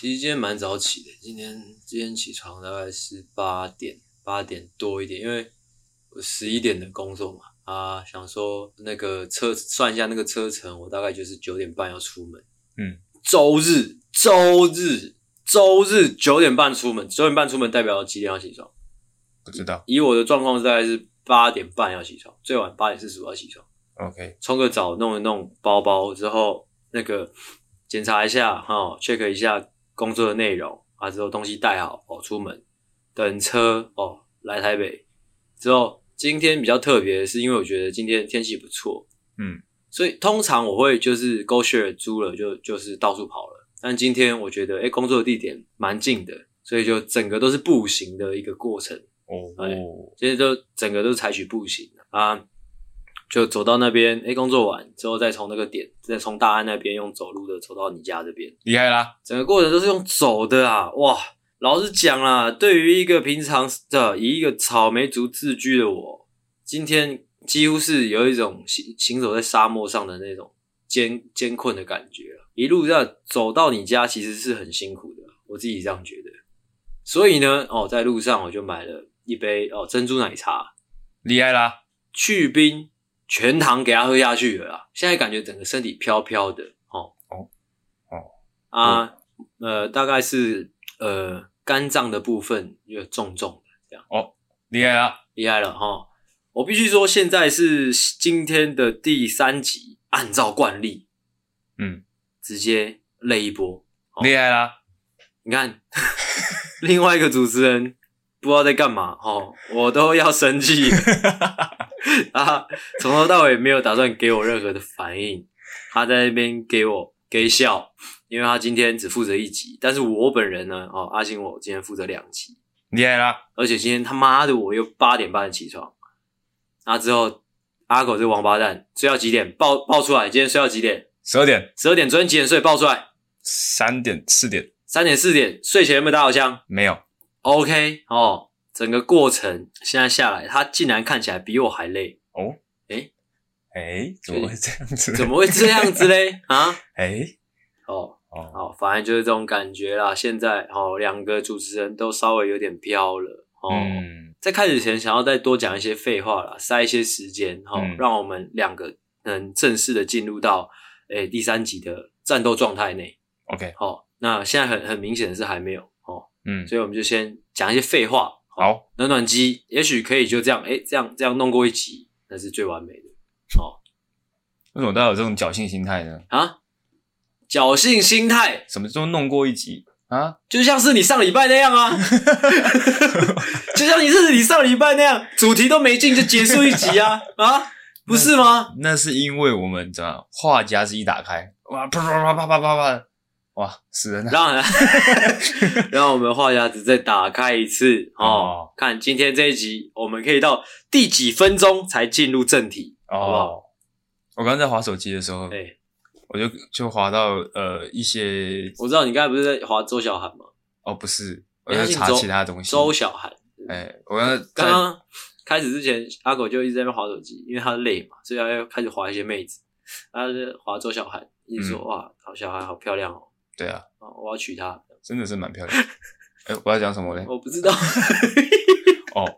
其实今天蛮早起的，今天今天起床大概是八点八点多一点，因为我十一点的工作嘛，啊，想说那个车算一下那个车程，我大概就是九点半要出门。嗯，周日周日周日九点半出门，九点半出门代表几点要起床？不知道。以我的状况大概是八点半要起床，最晚八点四十五要起床。 OK，冲个澡，弄一弄包包之后，那个检查一下哈、哦、，check 一下工作的内容啊，之后东西带好哦，出门等车哦，来台北之后，今天比较特别，是因为我觉得今天天气不错，嗯，所以通常我会就是 go share 租了就就是到处跑了，但今天我觉得诶、工作的地点蛮近的，所以就整个都是步行的一个过程。哦哎其实就整个都采取步行啊，就走到那边，哎、工作完之后再从那个点，再从大安那边用走路的走到你家这边，厉害啦！整个过程都是用走的啊，哇！老实讲啦，对于一个平常的以一个草莓族自居的我，今天几乎是有一种行行走在沙漠上的那种艰艰困的感觉啊一路上走到你家，其实是很辛苦的，我自己这样觉得。所以呢，哦，在路上我就买了一杯哦珍珠奶茶，厉害啦！去冰全糖给他喝下去了啦。现在感觉整个身体飘飘的哦哦哦啊、呃，大概是呃肝脏的部分又重重的，厉害啦！厉害了哈、哦！我必须说，现在是今天的第三集，按照惯例嗯，直接累一波。哦厉害啦！ 你看， 另外一个主持人不知道在干嘛哦，我都要生气了啊！从头到尾没有打算给我任何的反应，他在那边给我给笑，因为他今天只负责一集，但是我本人呢，哦，阿星我今天负责两集，厉害啦！而且今天他妈的我又八点半起床，那之后阿狗这个王八蛋睡到几点？报报出来，今天睡到几点？十二点、十二点，昨天几点睡？报出来，三点、四点三点四点睡前有没有打好枪？没有， OK 哦，整个过程现在下来，他竟然看起来比我还累，哎，怎么会这样子？怎么会这样子嘞？ 啊，哎？哦，哦，好，反正就是这种感觉啦。现在哦，两个主持人都稍微有点飘了哦。嗯，在开始前，想要再多讲一些废话啦，塞一些时间哦，嗯让我们两个能正式的进入到诶、第三集的战斗状态内。 OK，哦，那现在很很明显的是还没有哦，嗯，所以我们就先讲一些废话。哦好，暖暖机，也许可以就这样，哎、这样这样弄过一集，那是最完美的。哦为什么都要有这种侥幸心态呢？啊，侥幸心态，什么时候弄过一集啊？就像是你上礼拜那 样啊，就像你是你上礼拜那样，主题都没进就结束一集啊啊，不是吗？那是因为我们怎么话匣子一打开，哇，啪啪啪啪啪啪啪，哇，死人了！让 让我们话匣子再打开一次哦哦，看今天这一集我们可以到第几分钟才进入正题，好不好哦，我刚刚在划手机的时候哎、，我就就滑到呃一些我知道你刚才不是在划周小涵吗？哦，不是，我哎在他姓查周其他东西。周小涵。哎，我刚刚刚刚开始之前，阿狗就一直在那边划手机，因为他累嘛，所以他要开始划一些妹子，他就划周小涵，一直说、嗯哇，好小孩好漂亮哦，对啊，啊我要娶她。真的是蛮漂亮的。哎，我要讲什么嘞？我不知道， 哦，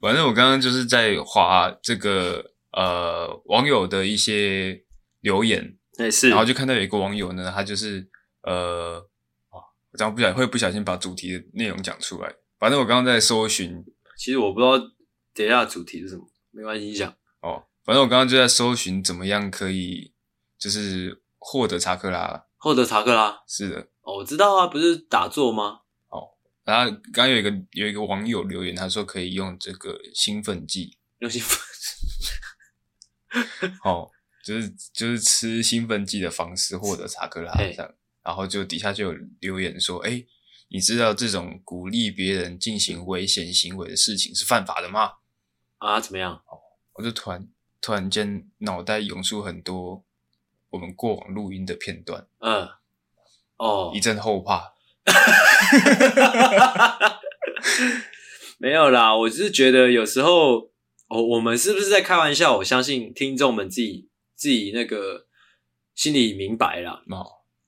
反正我刚刚就是在划这个呃网友的一些留言，那、哎是，然后就看到有一个网友呢，他就是呃，哇我这样不小会不小心把主题的内容讲出来。反正我刚刚在搜寻其实我不知道等一下的主题是什么，没关系，你讲，哦，反正我刚刚就在搜寻怎么样可以就是获得查克拉。获得查克拉，是的，哦，我知道啊，不是打坐吗？然后刚刚有一个有一个网友留言，他说可以用这个兴奋剂，用心， 哦，就是就是吃兴奋剂的方式获得查克拉嘿这样，然后就底下就有留言说，哎，你知道这种鼓励别人进行危险行为的事情是犯法的吗？啊，怎么样？我就突然突然间脑袋涌出很多我们过往录音的片段，嗯，哦 一，阵后怕。没有啦，我只是觉得有时候，哦，我们是不是在开玩笑？我相信听众们自己自己那个心里明白啦。哦，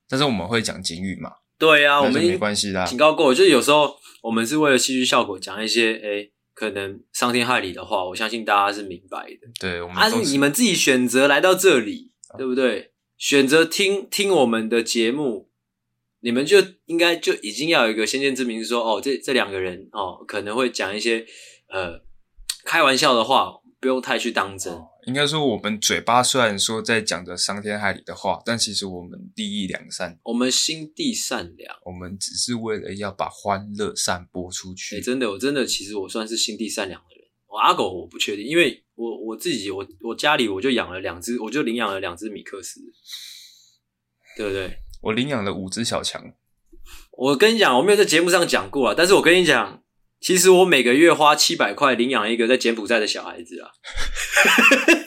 但是我们会讲警语嘛？对啊，我那就们没关系啦。警告过，就是有时候我们是为了戏剧效果讲一些诶、可能伤天害理的话，我相信大家是明白的。对，我啊，们是都你是们自己选择来到这里，对不对？选择听听我们的节目，你们就应该就已经要有一个先见之明说哦，这这两个人哦可能会讲一些呃开玩笑的话，不用太去当真。应该说，我们嘴巴虽然说在讲着伤天害理的话，但其实我们利益良善，我们心地善良，我们只是为了要把欢乐散播出去。哎、真的，我真的其实我算是心地善良的人。我阿狗我不确定，因为我我自己我我家里我就养了两只，我就领养了两只米克斯，对不对？我领养了五只小强，我跟你讲，我没有在节目上讲过啊，但是我跟你讲，其实我每个月花七百块领养一个在柬埔寨的小孩子啊。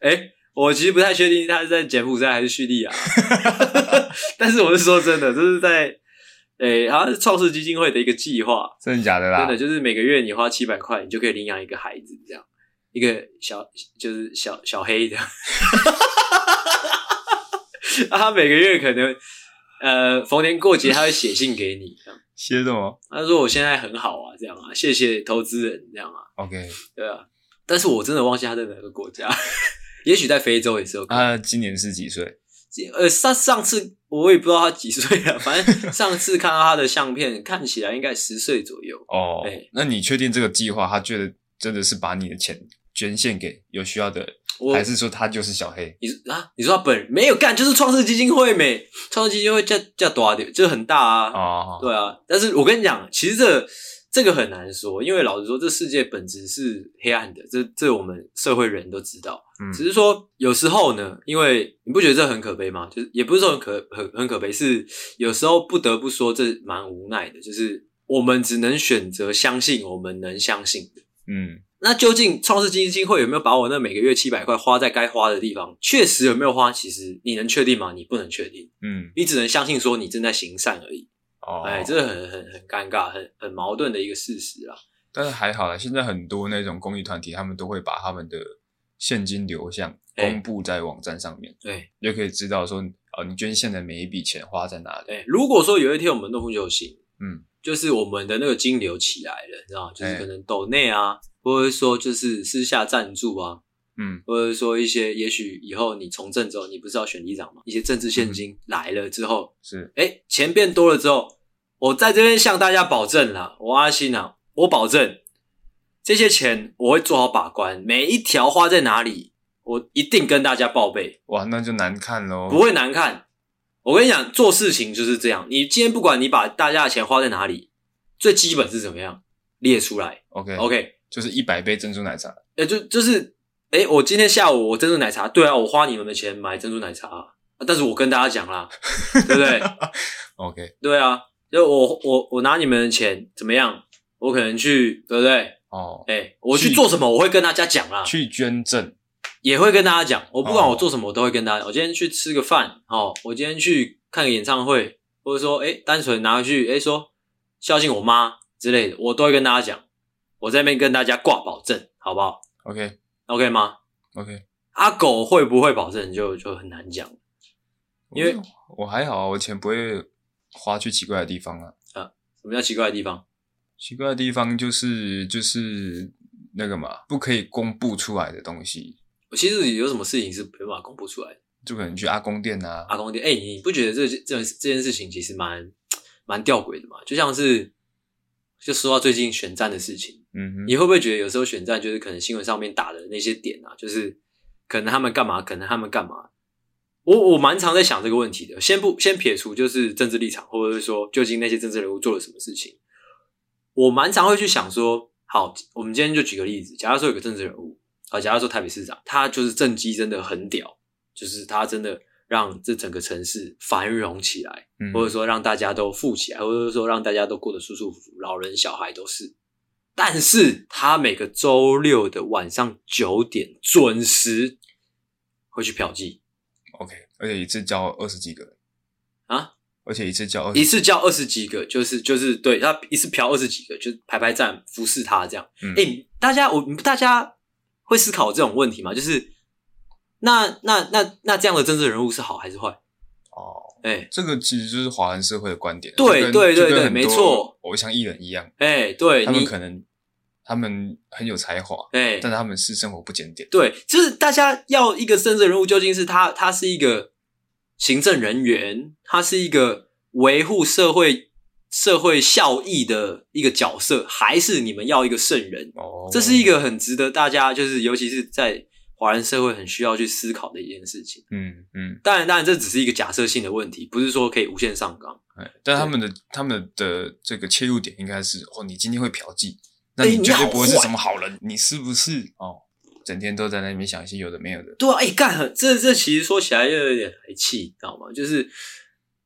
哎、我其实不太确定他是在柬埔寨还是叙利亚，但是我是说真的，这是在哎、好像是创世基金会的一个计划，真的假的啦？真的就是每个月你花七百块，你就可以领养一个孩子，这样一个小就是小小黑这样。 啊，他每个月可能呃逢年过节他会写信给你，这样歇着吗他说我现在很好啊，这样啊，谢谢投资人这样啊， ？OK，对啊。但是我真的忘记他在哪个国家，也许在非洲也是有可能。啊，今年是几岁？呃，上上次我也不知道他几岁了，反正上次看到他的相片，看起来应该十岁左右。哦哎，那你确定这个计划，他觉得真的是把你的钱捐献给有需要的人，我还是说他就是小黑？你说啊？你说他本人没有干，就是创世基金会没？创世基金会叫叫多少点，就是很大啊。哦，对啊，但是我跟你讲，其实这这个很难说，因为老实说，这世界本质是黑暗的，这这我们社会人都知道。嗯只是说有时候呢，因为你不觉得这很可悲吗？就是也不是说很可很很可悲，是有时候不得不说这蛮无奈的，就是我们只能选择相信我们能相信的。嗯，那究竟创世基金会有没有把我那每个月七百块花在该花的地方？确实有没有花？其实你能确定吗？你不能确定，嗯，你只能相信说你正在行善而已。哦，哎，这很很很尴尬，很很矛盾的一个事实啦。但是还好啦，现在很多那种公益团体，他们都会把他们的现金流向哎公布在网站上面，对，你就可以知道说，哦，你捐献的每一笔钱花在哪里。哎，如果说有一天我们弄不就行，嗯，就是就是我们的那个金流起来了，你知道吗？就是哎可能抖内啊，或者说就是私下赞助啊，嗯，或者说一些也许以后你从政之后，你不是要选议长吗？一些政治现嗯金来了之后，是哎，钱变多了之后，我在这边向大家保证啦，我阿信啊，我保证这些钱我会做好把关，每一条花在哪里，我一定跟大家报备，哇，那就难看喽。不会难看。我跟你讲，做事情就是这样，你今天不管你把大家的钱花在哪里，最基本是怎么样列出来 OK ，OK？就是一百杯珍珠奶茶。哎，就就是，哎，我今天下午我珍珠奶茶，对啊，我花你们的钱买珍珠奶茶啊、啊但是我跟大家讲啦，对不对？ OK，对啊，就我我我拿你们的钱怎么样？我可能去，对不对？哦，哎、我去去做什么，我会跟大家讲啦，去捐赠，也会跟大家讲。我不管哦我做什么，我都会跟大家讲。我今天去吃个饭，哦，我今天去看个演唱会，或者说，哎、单纯拿回去，哎、说孝敬我妈之类的，我都会跟大家讲。我在那边跟大家挂保证，好不好 OK ？OK 吗？ OK，阿狗会不会保证就就很难讲。因为我还好啊，我钱不会花去奇怪的地方啊。什么叫奇怪的地方？奇怪的地方就是就是那个嘛，不可以公布出来的东西，我其实有什么事情是没办法公布出来的。就可能去阿公店啊。阿公店，哎、你不觉得这这这件事情其实蛮蛮吊诡的嘛？就像是，就说到最近选战的事情，嗯哼，你会不会觉得有时候选战就是可能新闻上面打的那些点啊，就是可能他们干嘛，可能他们干嘛？我我蛮常在想这个问题的。先不先撇除就是政治立场，或者是说究竟那些政治人物做了什么事情，我蛮常会去想说，好，我们今天就举个例子，假如说有个政治人物，啊，假如说台北市长，他就是政绩真的很屌，就是他真的让这整个城市繁荣起来。嗯或者说让大家都富起来，或者说让大家都过得舒舒服服，老人小孩都是。但是他每个周六的晚上九点准时会去嫖妓， OK，而且一次交二十几个人啊，而且一次交二一十，次叫二十几个，就是就是对他一次嫖二十几个，就是排排站服侍他这样。哎、嗯大家我大家会思考这种问题吗？就是那那那那这样的政治人物是好还是坏？哦，哎这个其实就是华人社会的观点，啊对就跟对对就跟对很多没错偶像艺人一样，哎，对他们你可能他们很有才华，哎，但是他们是生活不检点，对，就是大家要一个政治人物，究竟是他，他是一个行政人员，他是一个维护社会社会效益的一个角色，还是你们要一个圣人？哦这是一个很值得大家，就是尤其是在华人社会很需要去思考的一件事情。嗯嗯，当然，当然这只是一个假设性的问题，不是说可以无限上纲。哎，但他们的他们的这个切入点应该是哦，你今天会嫖妓，那哎你你绝对好不会是坏什么好人，你是不是哦？整天都在那边想一些有的没有的，对啊，哎、干很这这其实说起来又有点来气，你知道吗？就是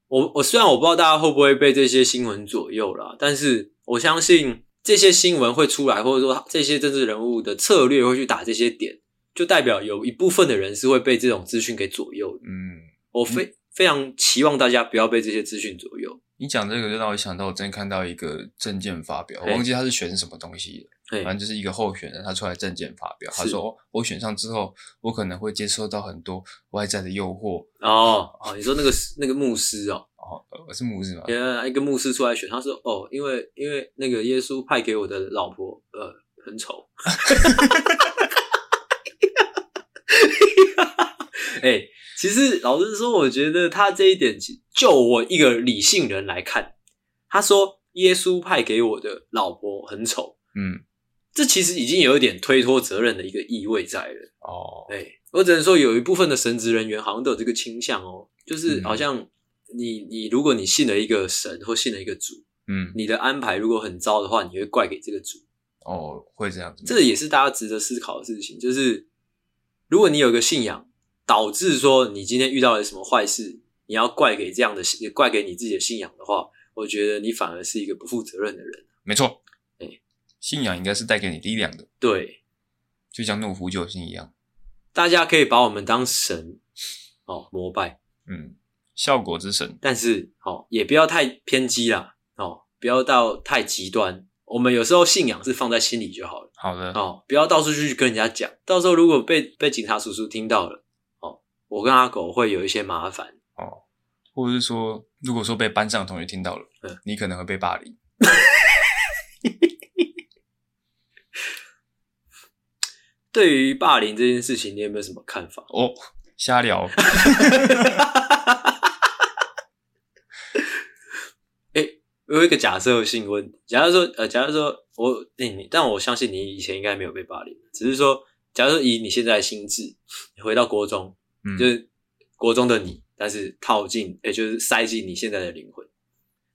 我我虽然我不知道大家会不会被这些新闻左右啦，但是我相信这些新闻会出来，或者说这些政治人物的策略会去打这些点，就代表有一部分的人是会被这种资讯给左右的。嗯。我非、非常期望大家不要被这些资讯左右。你讲这个就让我想到，我之前看到一个证件发表，我嘿忘记他是选什么东西了，哎、反正就是一个候选人，他出来证件发表，他是说、哦我选上之后，我可能会接受到很多外在的诱惑。哦哦，你说那个那个牧师哦，哦，呃是母子吗？原来一个牧师出来选，他说哦，因为因为那个耶稣派给我的老婆呃很丑。哎、其实老实说，我觉得他这一点，其就我一个理性人来看，他说耶稣派给我的老婆很丑，嗯，这其实已经有一点推脱责任的一个意味在了。哦，哎、我只能说有一部分的神职人员好像都有这个倾向哦，就是嗯好像你你如果你信了一个神或信了一个主，嗯，你的安排如果很糟的话，你会怪给这个主，哦，会这样子吗。这也是大家值得思考的事情。就是如果你有一个信仰，导致说你今天遇到了什么坏事，你要怪给这样的信怪给你自己的信仰的话，我觉得你反而是一个不负责任的人。没错，哎信仰应该是带给你力量的，对，就像诺夫救星一样。大家可以把我们当神哦膜拜，嗯，效果之神。但是哦，也不要太偏激啦，哦，不要到太极端。我们有时候信仰是放在心里就好了，好的，哦，不要到处去跟人家讲，到时候如果被被警察叔叔听到了，哦，我跟阿狗会有一些麻烦。哦或者是说，如果说被班上的同学听到了，嗯你可能会被霸凌。对于霸凌这件事情，你有没有什么看法？哦，瞎聊。 我有一个假设性问题，假如说，呃，假如说我你你，但我相信你以前应该没有被霸凌，只是说，假如说以你现在的心智，你回到国中，嗯，就是国中的你，但是套进，也、就是塞进你现在的灵魂。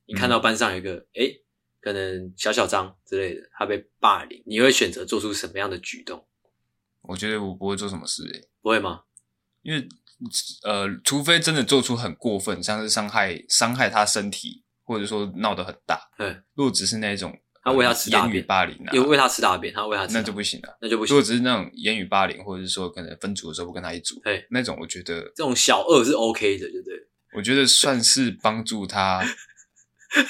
你看到嗯班上有一个，哎、可能小小张之类的，他被霸凌，你会选择做出什么样的举动？我觉得我不会做什么事、欸，不会吗？因为呃，除非真的做出很过分，像是伤害伤害他身体，或者说闹得很大。嗯，如果只是那种他为啊他吃大言语便霸凌啊因，为喂他吃大便，他喂他吃大那便，就不行了、那就不如行果。只是那种言语霸凌，或者是说可能分组的时候不跟他一组嘿，那种我觉得，这种小恶是 OK 的，对不对？我觉得算是帮助他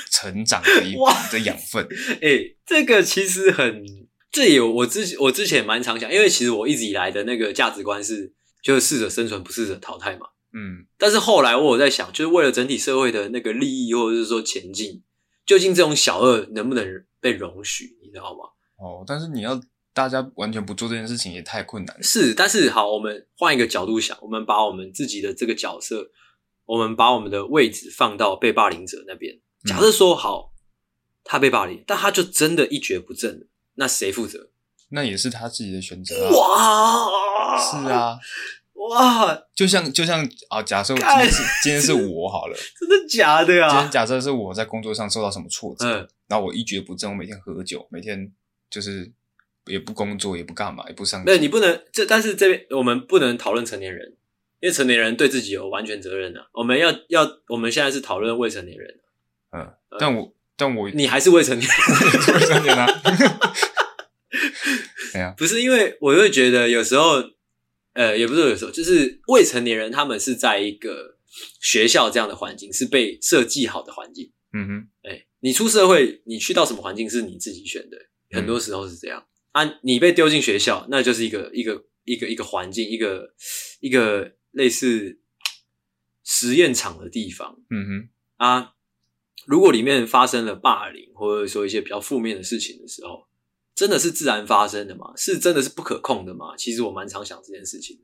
成长的一 哇的养分。哎、这个其实很，这有我之我之前蛮常想，因为其实我一直以来的那个价值观是，就是适者生存，不适者淘汰嘛。嗯，但是后来我有在想，就是为了整体社会的那个利益，或者是说前进，究竟这种小恶能不能被容许，你知道吗？哦，但是你要大家完全不做这件事情也太困难了。是，但是好，我们换一个角度想，我们把我们自己的这个角色，我们把我们的位置放到被霸凌者那边。嗯假设说好，他被霸凌，但他就真的一蹶不振了，那谁负责？那也是他自己的选择啊。哇，是，啊，哇，就像就像啊，假设今干天是今天是我好了，真的假的今天 啊？假设是我在工作上受到什么挫折，嗯，然后我一蹶不振，我每天喝酒，每天就是也不工作，也不干嘛，也不上没有，你进。不能这，但是这边我们不能讨论成年人，因为成年人对自己有完全责任的、啊。我们要要，我们现在是讨论未成年人，嗯，但我但我你还 是未成年人，突然间啊，不是因为我会觉得有时候，呃，也不是有时候，就是未成年人他们是在一个学校这样的环境，是被设计好的环境。嗯哼，哎、你出社会，你去到什么环境是你自己选的，嗯很多时候是这样、啊。你被丢进学校，那就是一个一个一个一个环境，一个一个类似实验场的地方嗯哼，啊，如果里面发生了霸凌或者说一些比较负面的事情的时候，真的是自然发生的吗？是真的是不可控的吗？其实我蛮常想这件事情的。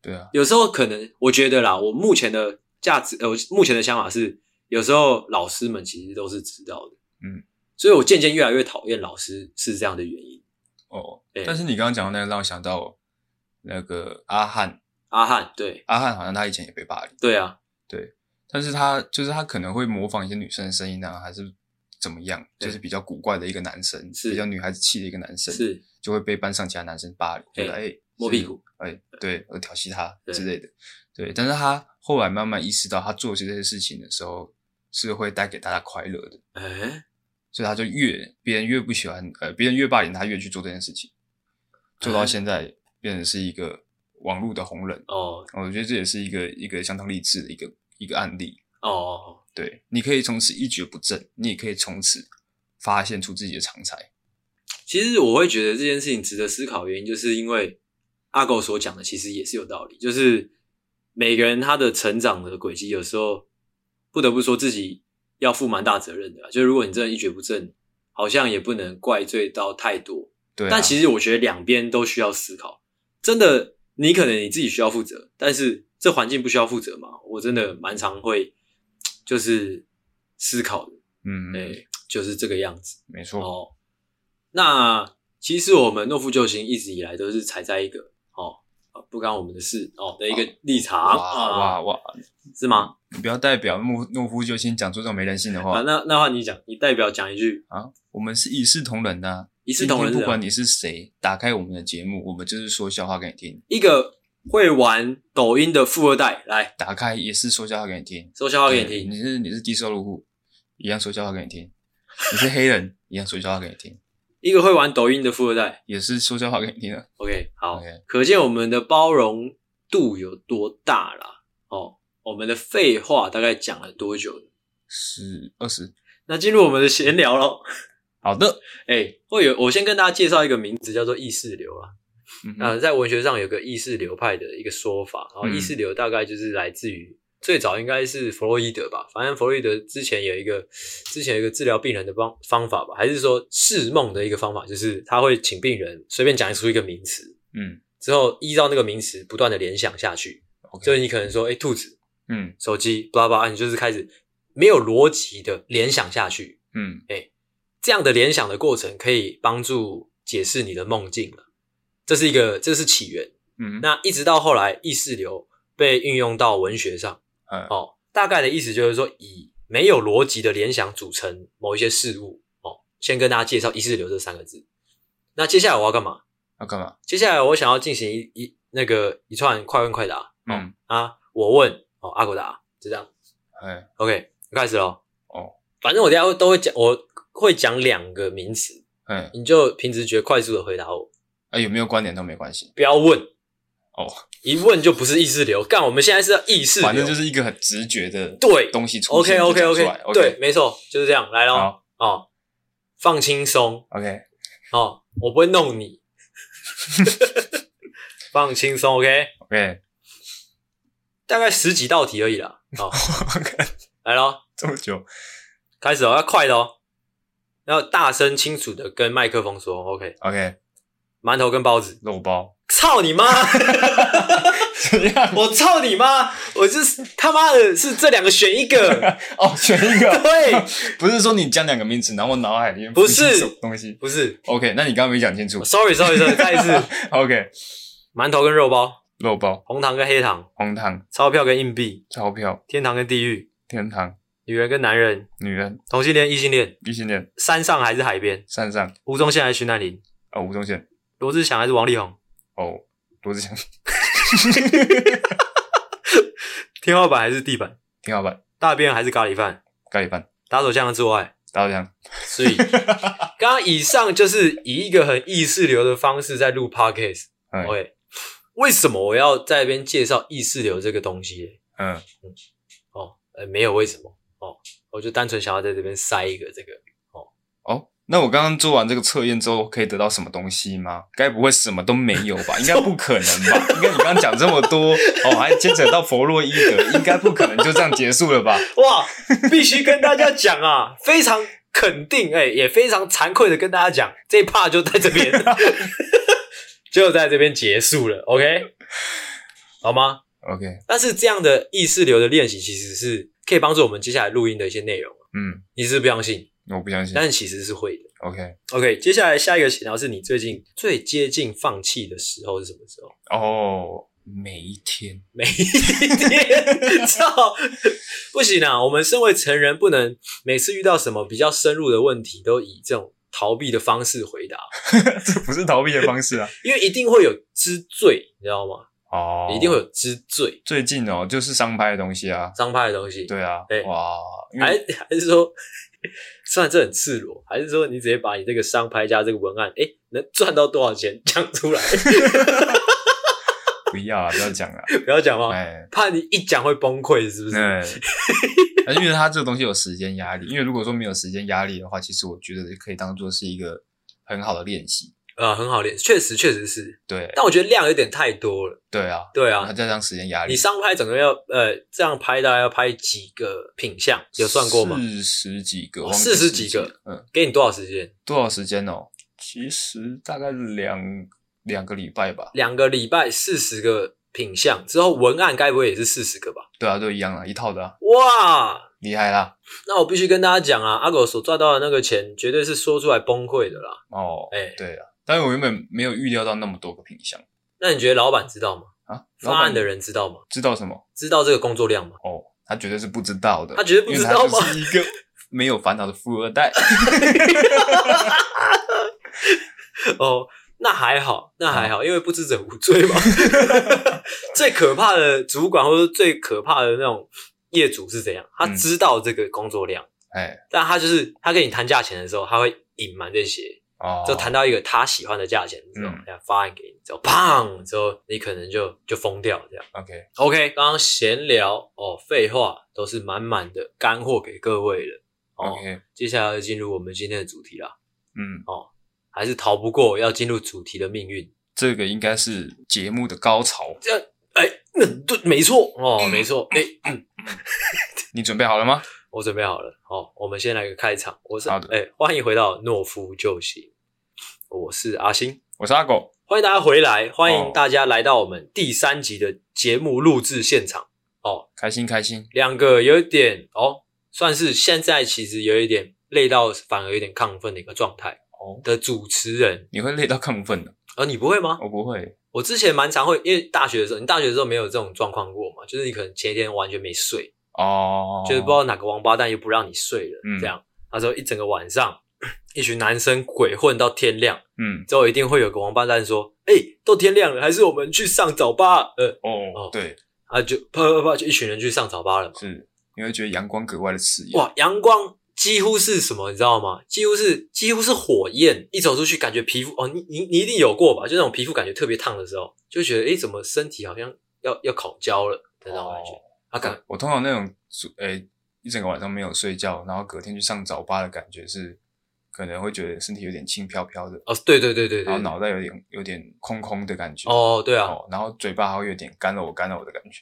对啊，有时候可能我觉得啦，我目前的价值，呃，我目前的想法是，有时候老师们其实都是知道的，嗯，所以我渐渐越来越讨厌老师是这样的原因。哎哦对，但是你刚刚讲的那个让我想到那个阿汉，阿汉，对阿汉好像他以前也被霸凌，对啊，但是他就是他可能会模仿一些女生的声音啊，还是怎么样，对就是比较古怪的一个男生，是比较女孩子气的一个男生，是就会被班上其他男生霸凌，觉得哎哎摸屁，股，是哎对，我调戏他对之类的，对，但是他后来慢慢意识到，他做这些事情的时候是会带给大家快乐的。哎、所以他就越别人越不喜欢，呃，别人越霸凌他，越去做这件事情，做嗯到现在变成是一个网络的红人。呃哦我觉得这也是一个一个相当励志的一个一个案例。哦，对，你可以从此一蹶不振，你也可以从此发现出自己的长才。其实我会觉得这件事情值得思考，原因就是因为阿狗所讲的其实也是有道理，就是每个人他的成长的轨迹，有时候不得不说自己要负蛮大责任的啦。啊就如果你真的一蹶不振，好像也不能怪罪到太多。对、啊，但其实实我觉得两边都需要思考。真的，你可能你自己需要负责，但是这环境不需要负责嘛？我真的蛮常会就是思考的，嗯，哎、就是这个样子。没错，哦，那其实我们诺夫救星一直以来都是踩在一个哦呃不干我们的事哦的一个立场哇啊，哇哇！是吗？你不要代表诺诺夫救星讲出这种没人性的啊，话那那换你讲，你代表讲一句啊！我们是一视同仁的啊、一视同仁今天不的管，你是谁，打开我们的节目，我们就是说笑话给你听，一个会玩抖音的富二代来打开也是说笑话给你听。说笑话给你对听，你是你是低收入户，一样说笑话给你 听；你是黑人，一样说笑话给你听，一个会玩抖音的富二代。也是说笑话给你听的。 OK，好 OK 可见我们的包容度有多大啦。哦，我们的废话大概讲了多久呢？十二十，那进入我们的闲聊喽。好的， 哎、会有我先跟大家介绍一个名字，叫做意识流啦。嗯哼呃，在文学上有个意识流派的一个说法，然后嗯意识流大概就是来自于、最早应该是弗洛伊德吧，反正弗洛伊德之前有一个之前有一个治疗病人的方方法吧，还是说释梦的一个方法，就是他会请病人随便讲出一个名词，嗯之后依照那个名词不断的联想下去， ，OK，就是你可能说，哎、兔子、嗯手机，巴拉巴拉，啊你就是开始没有逻辑的联想下去，嗯这样的联想的过程可以帮助解释你的梦境了，这是一个这是起源。嗯，那一直到后来，意识流被运用到文学上，嗯哦，大概的意思就是说，以没有逻辑的联想组成某一些事物，哦，先跟大家介绍意识流这三个字。那接下来我要干嘛？要干嘛？接下来我想要进行一一那个一串快问快答，哦、嗯啊，我问哦，阿狗答，就这样。哎， OK，开始喽。哦，反正我等一下会都会讲，我会讲两个名词，哎，你就凭直觉快速的回答我，哎，有没有关联都没关系不要问，哦，一问就不是意识流。干，我们现在是要意识流，反正就是一个很直觉的对东西出 OK 现 OK 就讲出 OK，来对，没错，就是这样。来咯，好哦，放轻松，OK，哦，我不会弄你， 放轻松 OK， OK，大概十几道题而已啦。 哦，来咯，这么久，开始哦，要快的哦，要大声清楚的跟麦克风说 OK。 ，OK，馒头跟包子，肉包， 操你妈！怎样？我操你妈！我就是他妈的是这两个选 一个，哦，选一个，对，不是说你讲两个名字，然后我脑海里面不是浮现什么东西不是，OK，那你刚刚没讲清楚，sorry sorry sorry，再一 次， ，OK，馒头跟肉包，肉包、红糖跟黑糖，红糖、钞票跟硬币，钞票、天堂跟地狱，天堂、女人跟男人，女人、同性恋、异性恋，异性恋、山上还是海边，山上吴宗宪还是徐乃麟，哦，吴宗宪罗志祥还是王力宏，哦，罗志祥，天花板还是地板，天花板、大便还是咖喱饭，咖喱饭、打手枪还是做爱。大酱，所以，刚刚以上就是以一个很意识流的方式在录 podcast。嗯 OK，为什么我要在这边介绍意识流这个东西嘞？嗯，哦，呃，没有为什么哦，我就单纯想要在这边塞一个这个。哦，那我刚刚做完这个测验之后，可以得到什么东西吗？该不会什么都没有吧？应该不可能吧？应该你刚刚讲这么多，哦，还牵扯到弗洛伊德，应该不可能就这样结束了吧？哇，必须跟大家讲啊，非常肯定，哎、也非常惭愧的跟大家讲，这一趴就在这边，就在这边结束了，OK，好吗？ OK，但是这样的意识流的练习，其实是可以帮助我们接下来录音的一些内容。啊嗯，你是不是不相信，我不相信。但是其实是会的。 OK， OK，接下来下一个闲聊是你最近最接近放弃的时候是什么时候？哦，每一天， 每一天， 操，不行啊！我们身为成人，不能每次遇到什么比较深入的问题，都以这种逃避的方式回答，这不是逃避的方式啊。因为一定会有知罪，你知道吗？哦，一定会有知罪，最近哦，就是商拍的东西啊。张派的东西。，对啊，对哇，因还为还是说，虽然这很赤裸，还是说你直接把你这个商拍加这个文案，哎、能赚到多少钱讲出来？ 不要啊，不要 讲了，不要 讲嘛，哎，怕你一讲会崩溃，哦是不是？那因为它这个东西有时间压力，因为如果说没有时间压力的话，其实我觉得可以当做是一个很好的练习。啊，很好练，确实确实是，对，但我觉得量有点太多了。对啊，对然后啊，再加上时间压力，你上拍整个要呃这样拍大概要拍几个品相，有算过吗？四十几个，哦忘记40十几几个了，嗯，给你多少时间？多少时间哦？其实大概两两个礼拜吧。两个礼拜四十个品相之后，文案该不会也是四十个吧？对啊，都一样啊，一套的、啊，哇！厉害啦！那我必须跟大家讲啊，阿狗所赚到的那个钱，绝对是说出来崩溃的啦。哦，哎对啊，但是我原本没有预料到那么多个品相那你觉得老板知道吗？啊。老发板案的人知道吗？知道什么？知道这个工作量吗？哦，他绝对是不知道的，他绝对不知道因为吗他就是一个没有烦恼的富二 代。哦，那还好，那还嗯好，因为不知者无罪嘛。 最可怕的主管或者最可怕的那种业主是怎样？他嗯知道这个工作量，哎，但他就是他跟你谈价钱的时候，他会隐瞒这些，哦，就谈到一个他喜欢的价钱之后嗯，他发案给你之后，砰之后，你可能就就疯掉这样。 OK， OK，刚刚闲聊哦，废话都是满满的干货给各位了。哦 OK，接下来就进入我们今天的主题啦，嗯，还是逃不过要进入主题的命运。这个应该是节目的高潮，哎、那对，没错哦，嗯没错。哎、你准备好了吗？我准备好了哦，我们先来个开场。我是好的哎、欢迎回到懦夫救星，我是阿星，我是阿狗，欢迎大家回来，欢哦迎大家来到我们第三集的节目录制现场。哦开心开心，两个有点哦，算是现在其实有一点累到，反而有点亢奋的一个状态哦的主持人，你会累到亢奋的，而、你不会吗？我不会，我之前蛮常会，因为大学的时候，你大学的时候没有这种状况过嘛？就是你可能前一天完全没睡，哦，就是不知道哪个王八蛋又不让你睡了，嗯这样，他说一整个晚上， 一群男生鬼混到天亮，嗯，之后一定会有个王八蛋说，哎、都天亮了，还是我们去上早八，呃，哦哦，对，啊就啪啪啪，就一群人去上早八了嘛，是，你会觉得阳光格外的刺眼，哇，阳光。几乎是什么，你知道吗？几乎是几乎是火焰，一走出去感觉皮肤哦，你你你一定有过吧？就那种皮肤感觉特别烫的时候，就觉得诶、怎么身体好像要要烤焦了的那种感觉。哦啊，感我通常那种，诶、一整个晚上没有睡觉，然后隔天去上早八的感觉是，可能会觉得身体有点轻飘飘的，哦，对对对对然后对，脑袋有点有点空空的感觉，哦，对啊，哦，然后嘴巴还会有点干呕干呕的感觉。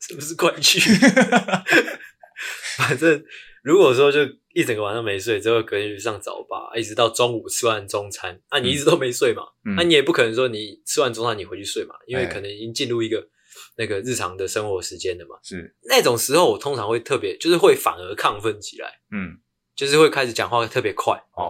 是不是怪剧？ 反正如果说就一整个晚上没睡，之后隔天去上早八，一直到中午吃完中餐，那、你一直都没睡嘛，那、嗯，你也不可能说你吃完中餐你回去睡嘛，因为哎可能已经进入一个那个日常的生活时间了嘛。是，那种时候我通常会特别，就是会反而亢奋起来，嗯，就是会开始讲话特别快哦，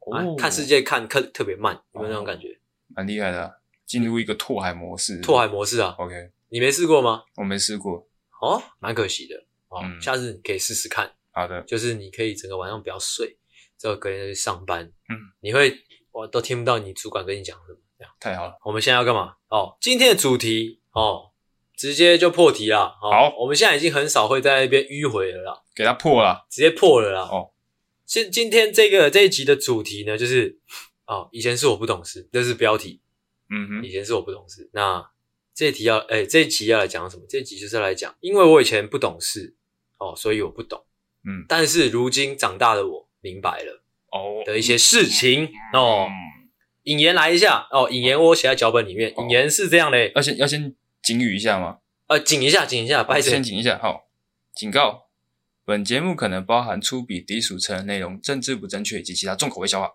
哦，啊哦看世界看特特别慢，有没有那种感觉？蛮厉害的啊、进入一个拓海模式。拓海模式啊， ，OK，你没试过吗？我没试过。哦，蛮可惜的哦，嗯下次你可以试试看。好的，就是你可以整个晚上不要睡，之后隔天再去上班，嗯，你会我都听不到你主管跟你讲什么。这样，太好了，我们现在要干嘛？哦，今天的主题哦，直接就破题啦。哦、好我们现在已经很少会在那边迂回了啦，给它破了。直接破了啦。哦，今今天这个这一集的主题呢，就是哦，以前是我不懂事，这是标题，嗯哼以，前是我不懂事。那这一题要，哎、这一集要来讲什么？这一集就是要来讲，因为我以前不懂事，哦，所以我不懂。嗯但是如今长大的我明白了哦的一些事情哦。嗯引言来一下哦，引言我写在脚本里面，哦引言是这样的，要先要先警语一下吗？呃，紧一下，紧一下，拜先神，警一下，好，警告：本节目可能包含粗鄙、低俗、成人内容、政治不正确以及其他重口味笑话，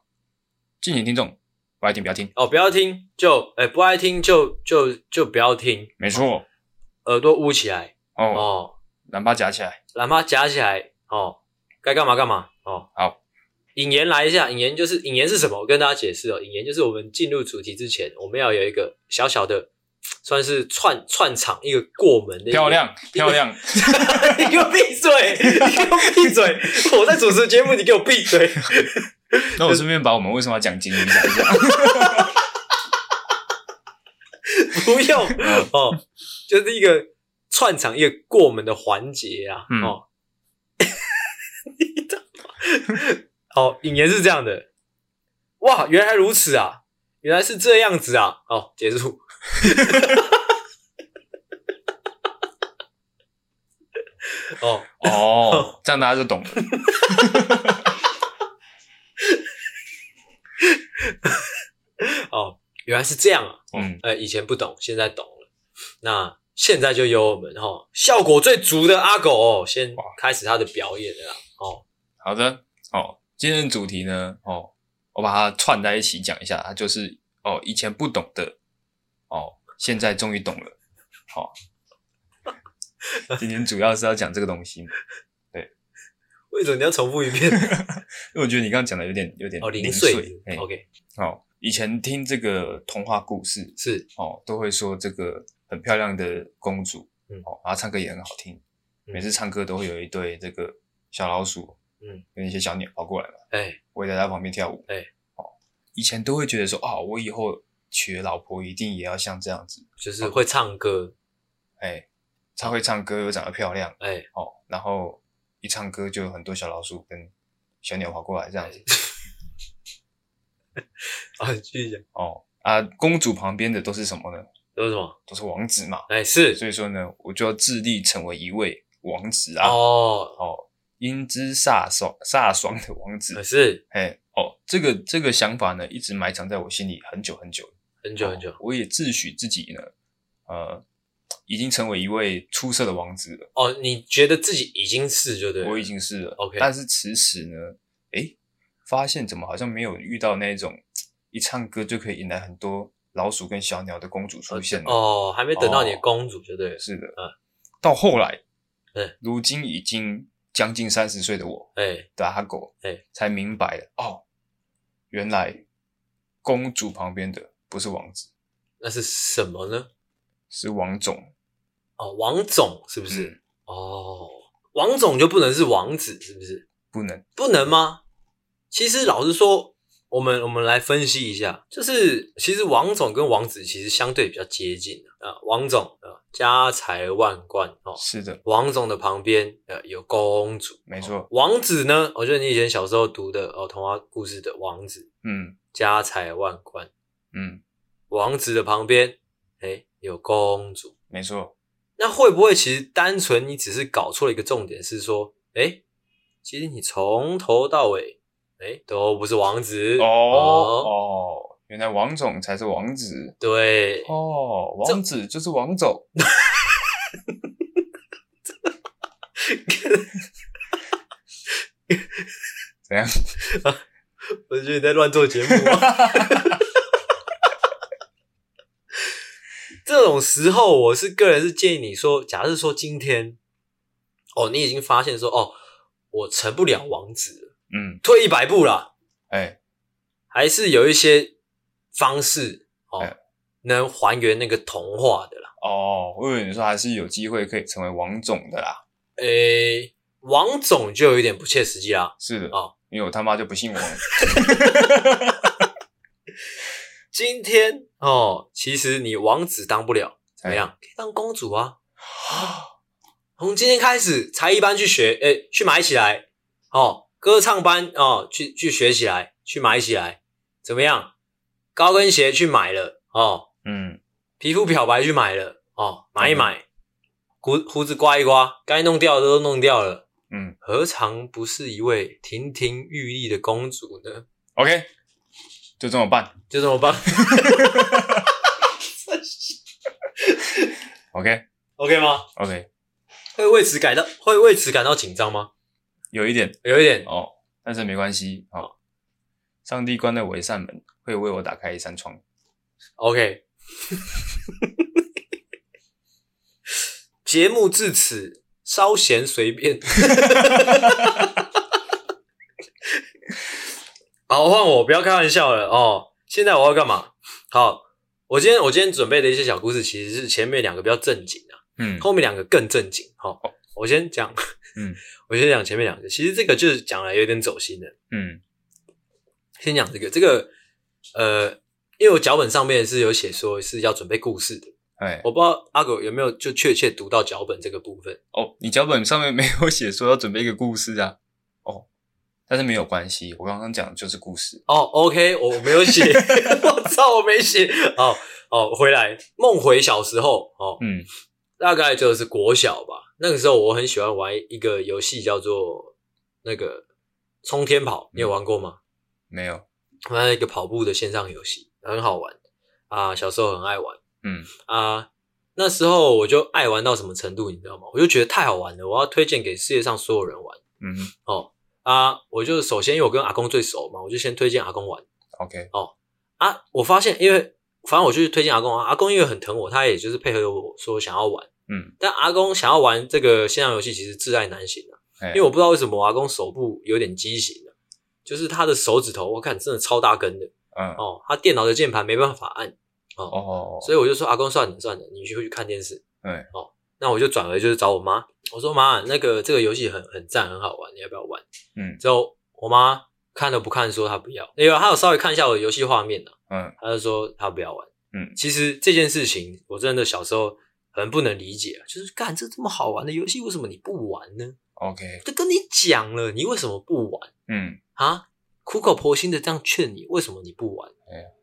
敬请听众不爱听不要听。哦，不要听就，哎、不爱听就就就不要听，没错，耳朵捂起来哦，哦，蓝巴夹起来，喇叭夹起来哦，该干嘛干嘛哦。好，引言来一下，引言就是引言是什么？我跟大家解释哦，引言就是我们进入主题之前，我们要有一个小小的，算是串串场一个过门的一个漂，亮漂亮， 你给我闭嘴！你给我闭嘴！我在主持节目，你给我闭嘴！ 那我顺便把我们为什么要讲警语讲一下。 不用嗯哦，就是一个串场一个过门的环节啊。嗯哦， 哦，引言是这样的，哇，原来如此啊，原来是这样子啊。哦，结束。哦，哦，这样大家就懂了。哦，原来是这样啊！嗯呃，以前不懂，现在懂了。那现在就由我们哈、哦、效果最足的阿狗、哦、先哇开始他的表演了啦。哦，好的，哦，今天的主题呢，哦，我把它串在一起讲一下，它就是哦，以前不懂的，哦，现在终于懂了，好、今天主要是要讲这个东西，因为什么你要重复 一遍？为我觉得你刚刚讲的有点有点哦，零碎，碎哎， ，OK，哦，以前听这个童话故事，是哦，都会说这个很漂亮的公主，嗯哦，然后唱歌也很好听，嗯每次唱歌都会有一对这个小老鼠，嗯，跟一些小鸟跑过来嘛，哎，围在她旁边跳舞，哎，哦，以前都会觉得说啊，我以后娶了老婆一定也要像这样子，就是会唱歌， 哎，她会唱歌又长得漂亮，哎，哦，然后一唱歌就有很多小老鼠跟小鸟跑过来这样子，啊，继续讲，哦啊，公主旁边的都是什么呢？都是什么？都是王子嘛，哎，是所以说呢，我就要致力成为一位王子啊。哦，哦，英姿飒爽飒爽的王子，是哎，哦，这个这个想法呢，一直埋藏在我心里很久很久了，很久很久哦我也自诩自己呢，呃，已经成为一位出色的王子了，哦，你觉得自己已经是就对了，我已经是了。 OK 但是此时呢，哎，发现怎么好像没有遇到那种一唱歌就可以引来很多老鼠跟小鸟的公主出现了。哦，还没等到你的公主就对了，是的，嗯，到后来，嗯，如今已经将近三十岁的我，哎，的阿狗，哎才明白了哦，原来公主旁边的不是王子，那是什么呢？是王总，哦，王总是不是？嗯哦，王总就不能是王子，是不是？不能不能吗？其实老实说，我们我们来分析一下，就是其实王总跟王子其实相对比较接近的啊。王总啊，家财万贯哦，是的，王总的旁边呃有公主，没错，王子呢，我觉得你以前小时候读的哦童话故事的王子，嗯家财万贯，嗯，王子的旁边哎有公主，没错，那会不会其实单纯你只是搞错了一个重点，是说，哎、其实你从头到尾，哎、都不是王子哦哦，原来王总才是王子，对，哦，王子就是王总，怎样？我就觉得你在乱做节目啊。 这种时候，我是个人是建议你说，假设说今天，哦，你已经发现说，哦，我成不了王子了，嗯，退一百步啦，哎，还是有一些方式哦，哎能还原那个童话的啦。哦，我以为你说还是有机会可以成为王总的啦，诶、王总就有一点不切实际啦。是的，哦因为我他妈就不信王，今天哦，其实你王子当不了，怎么样？可以当公主啊。从今天开始，才艺班去学，诶、去买起来哦。歌唱班哦，去去学起来，去买起来，怎么样？高跟鞋去买了哦，嗯。皮肤漂白去买了哦，买一买，胡胡子刮一刮，该弄掉的都弄掉了嗯何尝不是一位亭亭玉立的公主呢？ ，OK，就这么办就这么办，OK ，OK 吗？ OK，会为此感到会为此感到紧张吗？有一点有一点，哦，但是没关系哦。上帝关了我一扇门，会为我打开一扇窗。 OK，节目至此稍嫌随便。 好，换我，不要开玩笑了哦。现在我要干嘛？好，我今天我今天准备的一些小故事，其实是前面两个比较正经的、嗯后面两个更正经。好、我先讲，嗯， 我先讲前面两个。其实这个就是讲来有点走心的。嗯先讲这个，这个呃，因为我脚本上面是有写说是要准备故事的，哎我不知道阿狗有没有就确切读到脚本这个部分。哦，你脚本上面 没有写说要准备一个故事啊？哦，但是没有关系，我刚刚讲的就是故事。哦，OK，我没有写，我操，我没写。哦哦，回来梦回小时候哦，嗯大概就是国小吧。那个时候我很喜欢玩一个游戏，叫做那个冲天跑，你有玩过吗？没有。玩一个跑步的线上游戏，很好玩啊，小时候很爱玩。嗯啊，那时候我就爱玩到什么程度，你知道吗？我就觉得太好玩了，我要推荐给世界上所有人玩嗯哼哦。啊，我就首先因为我跟阿公最熟嘛，我就先推荐阿公玩，OK，啊。我发现，因为反正我就是推荐阿公啊，阿公因为很疼我，他也就是配合我说想要玩，嗯，但阿公想要玩这个线上游戏，其实挚爱难行啊。哎因为我不知道为什么我阿公手部有点畸形啊，就是他的手指头，我看真的超大根的嗯哦哦，他电脑的键盘没办法按，哦，所以我就说阿公算了算了，你去去看电视。哦哎那我就转而就是找我妈，我说妈，那个这个游戏很很赞，很好玩，你要不要玩？嗯之后我妈看都不看，说她不要。因为她有稍微看一下我的游戏画面呢、啊嗯她就说她不要玩。嗯其实这件事情我真的小时候很不能理解啊，就是干这这么好玩的游戏，为什么你不玩呢？ ，OK，都跟你讲了，你为什么不玩嗯，啊？苦口婆心的这样劝你，为什么你不玩？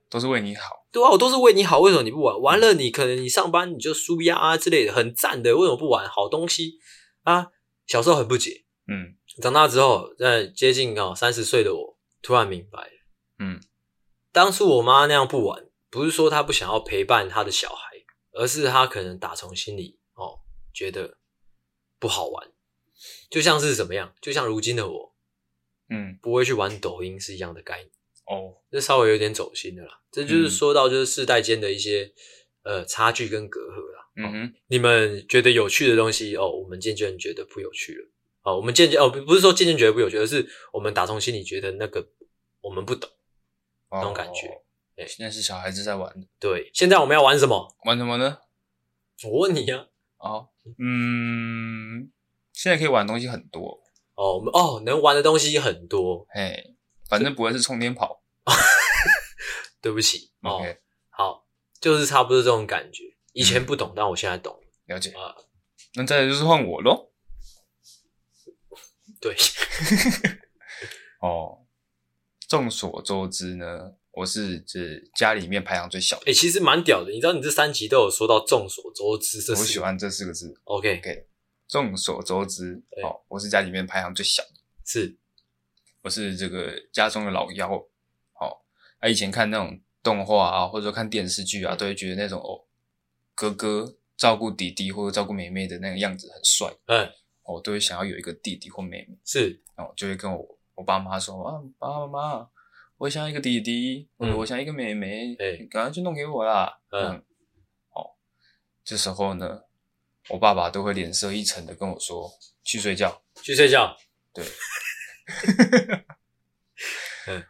都是为你好。对啊，我都是为你好，为什么你不玩？玩了你可能你上班你就输压啊之类的，很赞的，为什么不玩？好东西啊！小时候很不解，嗯长大之后，在接近哦三十岁的我，突然明白了，嗯，当初我妈那样不玩，不是说她不想要陪伴她的小孩，而是她可能打从心里哦觉得不好玩，就像是怎么样，就像如今的我嗯不会去玩抖音是一样的概念。哦，这稍微有点走心的啦。这嗯就是说到就是世代间的一些、呃差距跟隔阂啦。嗯哼，你们觉得有趣的东西哦，我们渐渐觉得不有趣了。哦，我们渐渐哦，不不是说渐渐觉得不有趣，而是我们打从心里觉得那个我们不懂。那种感觉对哦现在是小孩子在玩的，对，现在我们要玩什么？玩什么呢？我问你啊。哦，嗯，现在可以玩的东西很多，哦，我们哦能玩的东西很多。嘿，反正不会是冲天跑。对不起哦 OK，嗯好，就是差不多这种感觉。以前不懂，但我现在懂了。了解啊。那再来就是换我喽。对， 哦，众所周知呢，我是这家里面排行最小的哎、，其实蛮屌的。你知道，你这三集都有说到众所周知，这我是喜。欢这四个字。 OK，众所周知，对哦，我是家里面排行最小的。是我是这个家中的老幺，哦，啊，以前看那种动画啊，或者说看电视剧啊，都会觉得那种哦，哥哥照顾弟弟或者照顾妹妹的那个样子很帅，嗯哦，都会想要有一个弟弟或妹妹，是。然后就会跟我我爸妈说啊，爸爸妈妈，我想要一个弟弟，或者嗯我想要一个妹妹，哎你赶快去弄给我啦，嗯，哦，这时候呢，我爸爸都会脸色一沉的跟我说去睡觉，去睡觉。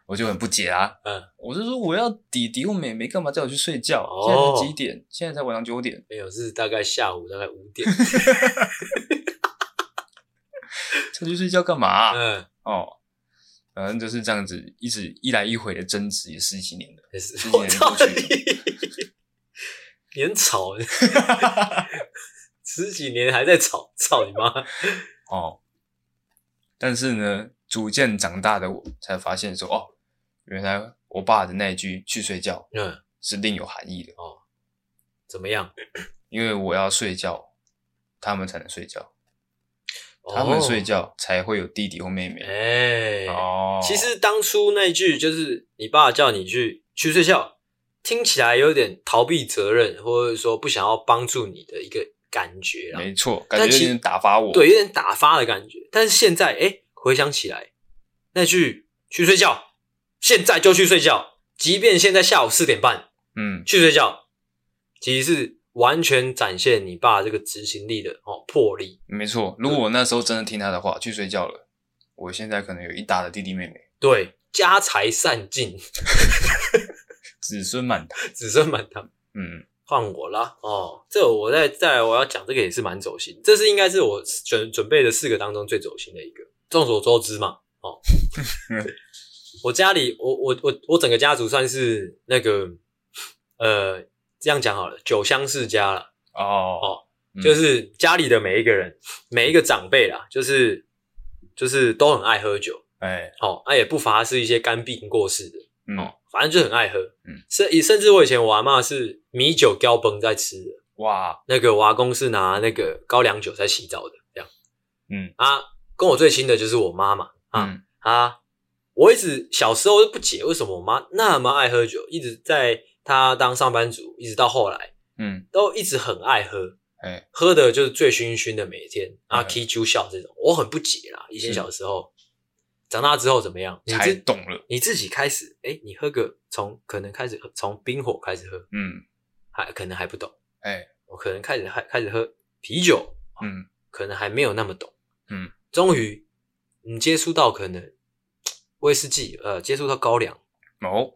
我就很不解啊。嗯，我就说我要弟弟或妹妹，干嘛叫我去睡觉？哦现在是几点？现在才晚上九点。没有，是大概下午大概 五点。叫去睡觉干嘛、嗯，哦，反正就是这样子，一直一来一回的争执，也十几年了。也是今。我年操过去 你！你很吵， 十几年还在吵，操你妈！哦，但是呢，逐渐长大的我才发现说，哦，原来我爸的那一句“去睡觉嗯，”是另有含义的，怎么样？因为我要睡觉，他们才能睡觉。他们睡觉才会有弟弟或妹妹。哦哎、哦，其实当初那句就是你爸叫你去去睡觉，听起来有点逃避责任，或者说不想要帮助你的一个感觉啦。没错，感但觉其有点打发我。对，有点打发的感觉。但是现在，哎、回想起来，那句去睡觉，现在就去睡觉，即便现在下午四点半嗯，去睡觉，其实是完全展现你爸这个执行力的哦魄力。没错。如果我那时候真的听他的话去睡觉了，我现在可能有一打的弟弟妹妹，对，家财散尽， 子孙满堂。子孙满堂。嗯，换我啦哦，这我再再来我要讲这个也是蛮走心，这是应该是我准准备的四个当中最走心的一个。众所周知嘛， 哦，我家里我我我我整个家族算是那个呃，这样讲好了，酒香世家了，哦，嗯就是家里的每一个人，每一个长辈啦，就是就是都很爱喝酒，哎，哦，那、也不乏是一些肝病过世的，嗯，反正就很爱喝，嗯，甚甚至我以前我阿嬷是米酒浇崩在吃的。哇，那个我阿公是拿那个高粱酒在洗澡的，这样嗯啊。跟我最亲的就是我妈嘛啊、嗯，啊！我一直小时候就不解为什么我妈那么爱喝酒，一直在她当上班族，一直到后来嗯，都一直很爱喝，哎，喝的就是醉醺醺的每天啊嗯，K 酒笑这种，我很不解啦。以前是小时候，长大之后怎么样？你嗯才自懂了。你自己开始，哎、你喝个从可能开始喝从冰火开始喝，嗯，还可能还不懂，哎，我可能开始还开始喝啤酒，嗯，可能还没有那么懂，嗯，终于你接触到可能威士忌，呃，接触到高粱，哦，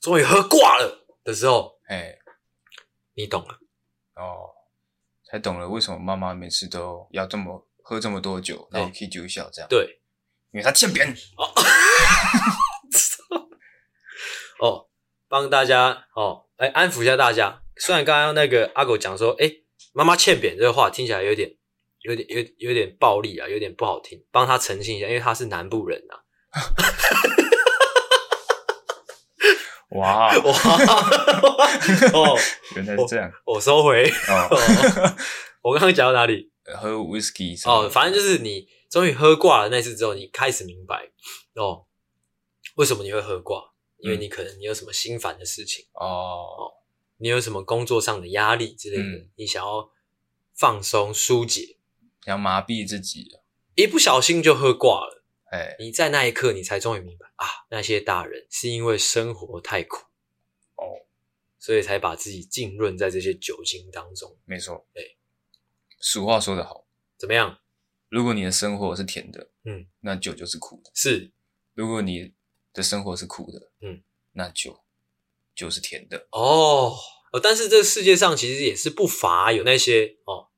终于喝挂了的时候，哎，你懂了，哦，才懂了为什么妈妈每次都要这么喝这么多酒，然后哎 K 酒笑这样。，对，因为她欠扁。哦，帮大家哦，哎，安抚一下大家。虽然刚刚那个阿狗讲说，哎，妈妈欠扁这个话听起来有点。有点有点有点暴力啊，有点不好听，帮他澄清一下，因为他是南部人啊。哇，哇，哦， 原来是这样。我收回。哦， 哦我刚刚讲到哪里？喝 whisky 什么哦，的反正就是你终于喝挂了那次之后，你开始明白哦，为什么你会喝挂？因为你可能你有什么心烦的事情，哦，你有什么工作上的压力之类的，嗯你想要放松疏解，想麻痹自己。一不小心就喝挂了。哎，你在那一刻，你才终于明白啊，那些大人是因为生活太苦哦，所以才把自己浸润在这些酒精当中。没错。对，俗话说得好，怎么样？如果你的生活是甜的，嗯，那酒就是苦的；是如果你的生活是苦的，嗯，那酒就是甜的。哦，呃但是这世界上其实也是不乏有那些哦，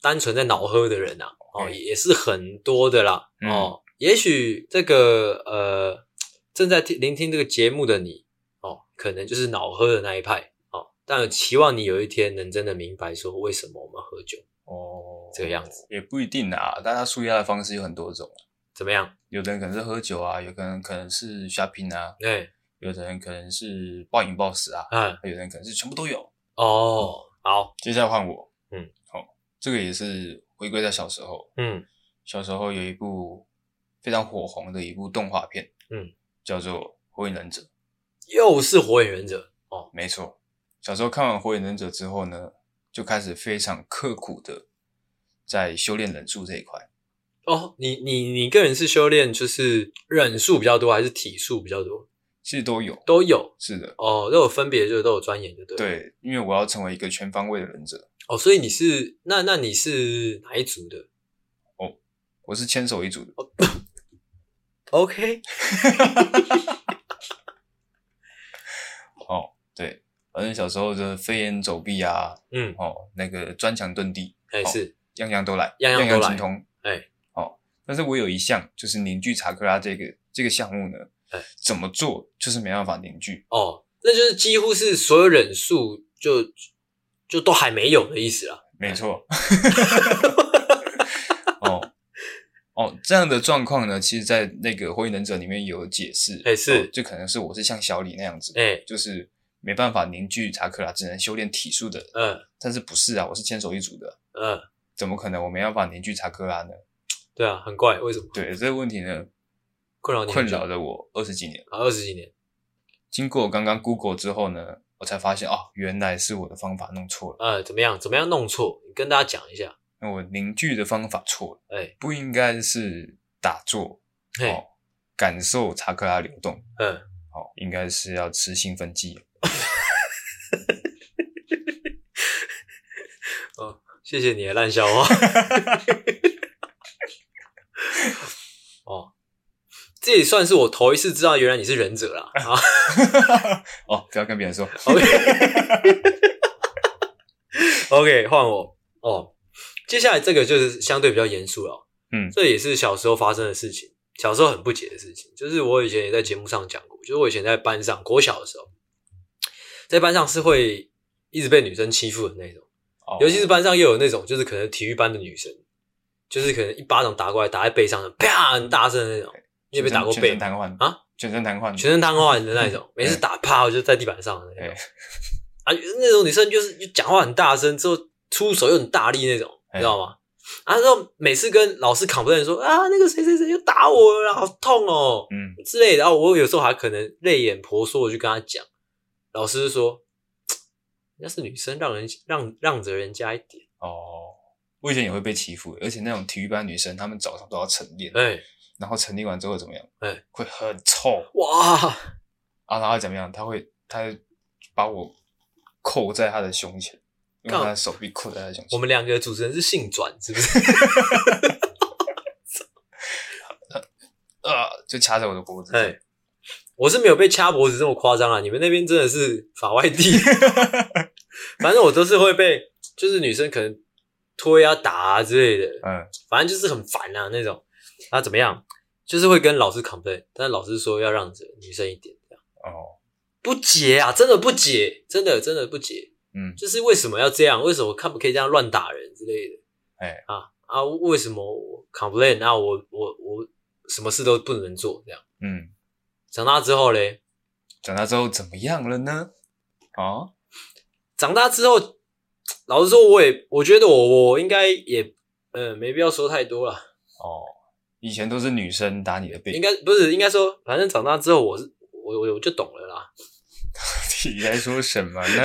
单纯在脑喝的人呐、哦，嗯也是很多的啦，嗯哦，也许这个呃，正在听聆听这个节目的你，哦，可能就是脑喝的那一派，哦，但期望你有一天能真的明白说为什么我们喝酒，哦这个样子也不一定啊，大家舒压的方式有很多种啊。怎么样？有的人可能是喝酒啊，有的人可能是 shopping 啊，哎，有的人可能是暴饮暴食啊，嗯，有的人可能是全部都有。哦，好，接下来换我，嗯，好、这个也是回归到小时候，嗯，小时候有一部非常火红的一部动画片，嗯，叫做《火影忍者》。又是火影忍者，哦，没错，小时候看完《火影忍者》之后呢，就开始非常刻苦的在修炼忍术这一块。哦，你你你个人是修炼就是忍术比较多，还是体术比较多？其实都有，都有。是的，哦，都有分别，就是都有钻研，就对。，对，因为我要成为一个全方位的忍者，哦，所以你是那那你是哪一族的我是千手一族的。 ？OK，哦，对，反正小时候的飞檐走壁啊，嗯，哦，那个钻墙遁地，哎、好是，样样都来，样样样都来精通。哎，哦，但是我有一项就是凝聚查克拉这个这个项目呢，哎怎么做就是没办法凝聚。哦，那就是几乎是所有忍术就就都还没有的意思啦。没错。哦哦，这样的状况呢，其实，在那个《火影忍者》里面有解释，哎是哦就可能是我是像小李那样子，哎、就是没办法凝聚查克拉，只能修炼体术的。嗯但是不是啊？我是千手一族的，嗯，怎么可能我没办法凝聚查克拉呢？对啊，很怪，为什么？对这个问题呢，困扰你困很久扰了我二十几年。啊，二十几年，经过我刚刚 Google 之后呢，我才发现哦，原来是我的方法弄错了，呃，怎么样？怎么样弄错？你跟大家讲一下。那我凝聚的方法错了，哎，不应该是打坐嘿，哦，感受查克拉流动嗯，哦，应该是要吃兴奋剂。 谢谢你的烂笑话。 哦，这也算是我头一次知道，原来你是忍者啦。啊哦，不要跟别人说， ，OK，换我。哦，接下来这个就是相对比较严肃了。嗯这也是小时候发生的事情，小时候很不解的事情。就是我以前也在节目上讲过，就是我以前在班上，国小的时候，在班上是会一直被女生欺负的那种。哦尤其是班上又有那种就是可能体育班的女生，就是可能一巴掌打过来打在背上，啪，很大声的那种。你也被打过全背身瘫痪啊？全身瘫痪，全身瘫痪的那哎种，每次打啪我就在地板上的那种。啊，那种女生就是就讲话很大声，之后出手又很大力那种，哎你知道吗？啊，然后每次跟老师 complain 说啊，那个谁谁谁又打我了，好痛哦嗯，之类的。然后我有时候还可能泪眼婆娑，我就跟他讲，老师就说，嘖人家是女生，让人让让着人家一点。哦，我以前也会被欺负，而且那种体育班女生，她们早上都要晨练，哎，然后晨练完之后怎么样？哎，会很臭 哇，啊，然后怎么样？她会，她会把我扣在她的胸前，用干她的手臂扣在她的胸我前。们两个主持人是性转是不是？啊，就掐着我的脖子。哎，我是没有被掐脖子这么夸张啊，你们那边真的是法外 地。反正我都是会被，就是女生可能推啊、打啊之类的，嗯，反正就是很烦啊那种。啊，怎么样？就是会跟老师 complain，但老师说要让着女生一点，这样哦，不解啊，真的不解，真的真的不解，嗯，就是为什么要这样？为什么看不可以这样乱打人之类的？哎啊啊，为什么我 complain 啊？我我我什么事都不能做这样？嗯，长大之后嘞，长大之后怎么样了呢？哦，长大之后，老实说，我也我觉得我我应该也，嗯，没必要说太多了。哦，以前都是女生打你的应背，该不是，应该说，反正长大之后我，是我我我就懂了啦。你在说什么呢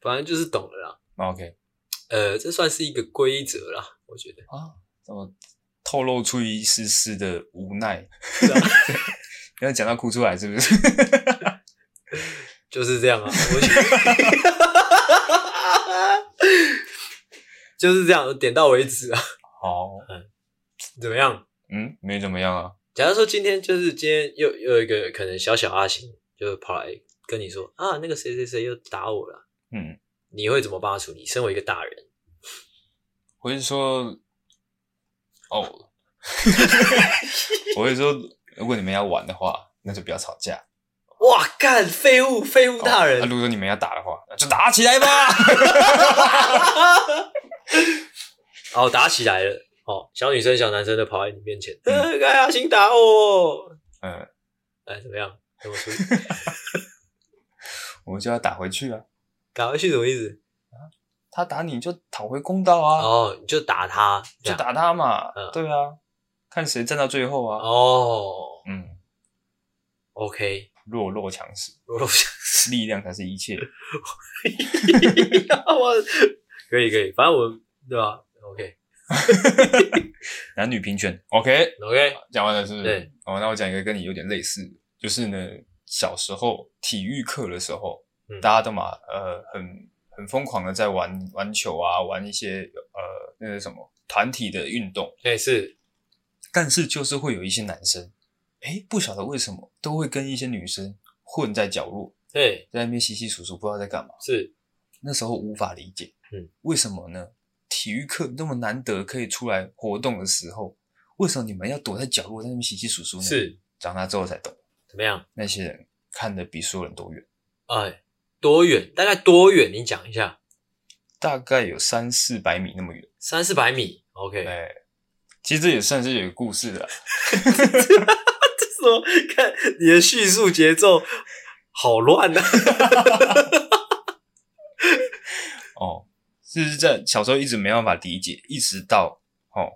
反正就是懂了啦。 ？OK，呃，这算是一个规则啦，我 觉得。啊，怎么透露出一丝丝的无奈？要讲到哭出来是 不是？就是这样啊，我觉得 就是这样，点到为止啊。好，怎么样？嗯，没怎么样啊。假如说今天就是今天又又有一个可能小小阿星就跑来跟你说啊，那个谁谁谁又打我了，嗯，你会怎么帮他处理？身为一个大人，我是说，哦， 我是说，如果你们要玩的话，那就不要吵架。哇，干废物，废物大人那、，如果哦啊你们要打的话，那就打起来 吧。哦，打起来了。哦，小女生、小男生都跑在你面前，呃，哎阿星打我，嗯，哎，怎么样？怎么处理？ 我们就要打回去啊。打回去什么意思？他打你就讨回公道啊，哦，你就打他，这就样打他嘛。嗯对啊，看谁站到最后啊。哦嗯， ，OK，弱肉强食，弱肉强力量才是一切。食，我可以可以，反正我对吧？OK 男女平权。OK， OK，讲完了是不是？对。哦，那我讲一个跟你有点类似的，就是呢，小时候体育课的时候，嗯大家都嘛呃很很疯狂的在玩玩球啊，玩一些呃那个什么团体的运动，哎是，但是就是会有一些男生，诶，不晓得为什么都会跟一些女生混在角落，哎在那边稀稀疏疏，不知道在干嘛。是，那时候无法理解，嗯，为什么呢？体育课那么难得可以出来活动的时候，为什么你们要躲在角落在那边稀稀疏疏呢？是长大之后才懂，怎么样？那些人看得比所有人都远，哎，多远？大概多远？你讲一下，大概有三四百米那么远。三四百米。OK，哎、其实这也算是有一个故事的啦。说 看你的叙述节奏好乱 啊！哦，就是在小时候一直没办法理解，一直到哦，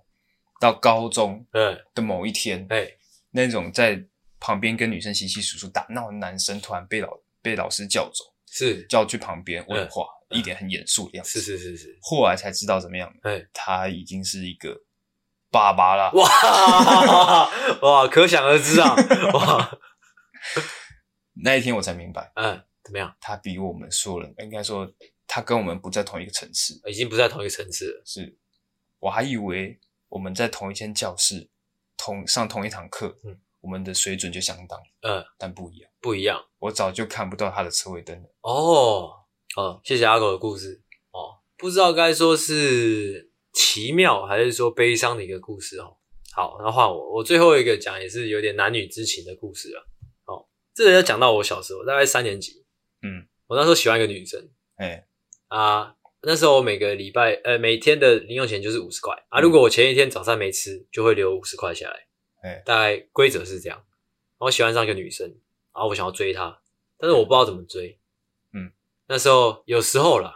到高中嗯，的某一天，哎，那种在旁边跟女生稀稀疏疏打闹的男生，突然被老被老师叫走，是叫去旁边问话，嗯一脸很严肃的样子。是是是是，后来才知道怎么样，哎，他已经是一个爸爸啦。哇哇，可想而知啊，哇，那一天我才明白，嗯，怎么样？他比我们所有人，应该说他跟我们不在同一个层次。已经不在同一个层次了，是，我还以为我们在同一间教室，同上同一堂课，嗯我们的水准就相当，嗯，但不一样。不一样我早就看不到他的车尾灯了。哦。哦，谢谢阿狗的故事哦，不知道该说是奇妙还是说悲伤的一个故事哦。好，那换我，我最后一个讲也是有点男女之情的故事啊。哦，这个要讲到我小时候，大概三年级，嗯，我那时候喜欢一个女生，哎，啊，那时候我每个礼拜呃每天的零用钱就是五十块啊，嗯如果我前一天早餐没吃，就会留五十块下来。哎大概规则是这样。然后我喜欢上一个女生，然后我想要追她，但是我不知道怎么追。嗯，那时候有时候啦，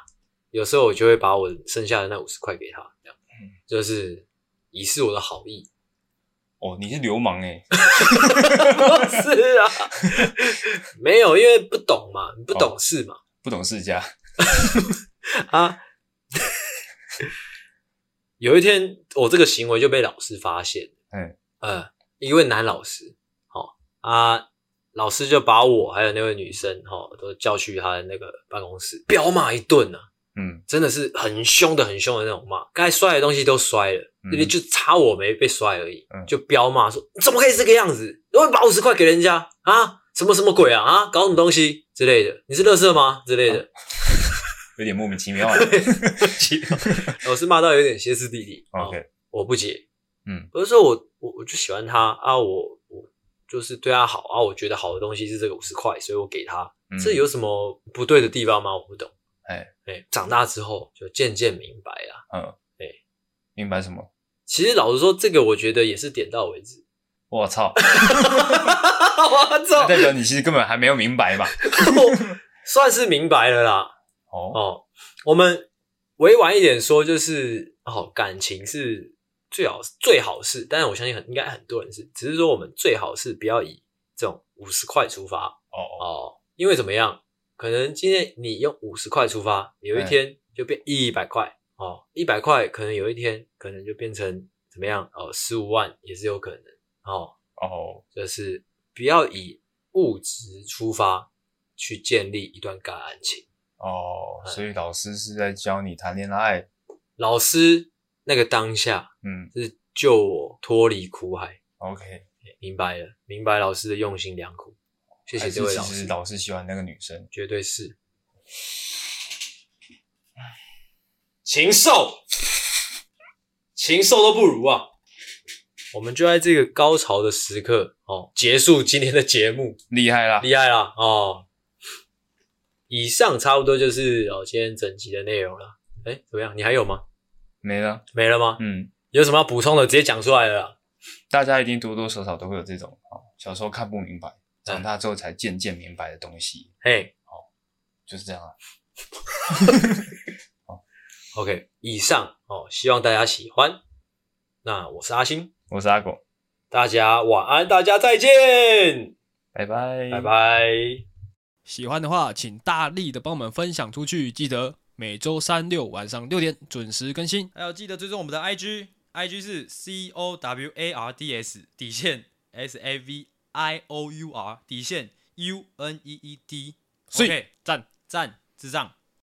有时候我就会把我剩下的那五十块给她，这样嗯就是以示我的好意。 哦，你是流氓哎、不是啊，没有，因为不懂嘛，你不哦懂事嘛。不懂世家。啊，有一天我这个行为就被老师发现，嗯，呃，一位男老师，哦啊，老师就把我还有那位女生，哦，都叫去他的那个办公室，彪骂一顿啊，嗯真的是很凶的、很凶的那种骂，该摔的东西都摔了，嗯就就差我没被摔而已，嗯就彪骂说怎么可以这个样子？然后把五十块给人家啊，什么什么鬼啊啊，搞什么东西之类的，你是乐色吗之类的。嗯有点莫名其妙啊。老师骂到有点歇斯底里。哦 OK，我不解，嗯，我就说我我我就喜欢他啊，我我就是对他好啊，我觉得好的东西是这个五十块，所以我给他，嗯这有什么不对的地方吗？我不懂。哎哎，长大之后就渐渐明白啦。嗯，哎明白什么？其实老实说，这个我觉得也是点到为止。 我操，哦我那操，代表你其实根本还没有明 白嘛。我算是明白了啦。哦，哦，我们委婉一点说，就是哦，感情是最好最好是，但是我相信很应该很多人是，只是说我们最好是不要以这种五十块出发哦，哦，因为怎么样，可能今天你用五十块出发，有一嗯天就变一百块哦，一百块可能有一天可能就变成怎么样哦，十五万也是有可能哦，哦，就是不要以物质出发去建立一段感情。哦，哎所以老师是在教你谈恋爱。老师那个当下嗯是救我脱离苦海， ，OK，明白了，明白老师的用心良苦，谢谢还是这位哎其老实师，老师喜欢那个女生。绝对是。禽兽，禽兽都不如啊！我们就在这个高潮的时刻哦，结束今天的节目，厉害啦！厉害啦哦！以上差不多就是哦今天整集的内容了。哎，怎么样？你还有吗？没了。没了吗？嗯，有什么要补充的，直接讲出来了啦。大家一定多多少少都会有这种哦，小时候看不明白，嗯长大之后才渐渐明白的东西，嘿就是这样啊。 ，OK，以上哦，希望大家喜欢。那我是阿星，我是阿狗，大家晚安，大家再见，拜拜，拜。拜。喜欢的话，请大力的帮我们分享出去。记得每周三六晚上六点准时更新。还有记得追踪我们的 IG，IG 是 C O W A R D S 底线 S A V I O U R 底线 U N E E D。所以 OK，赞。赞智障。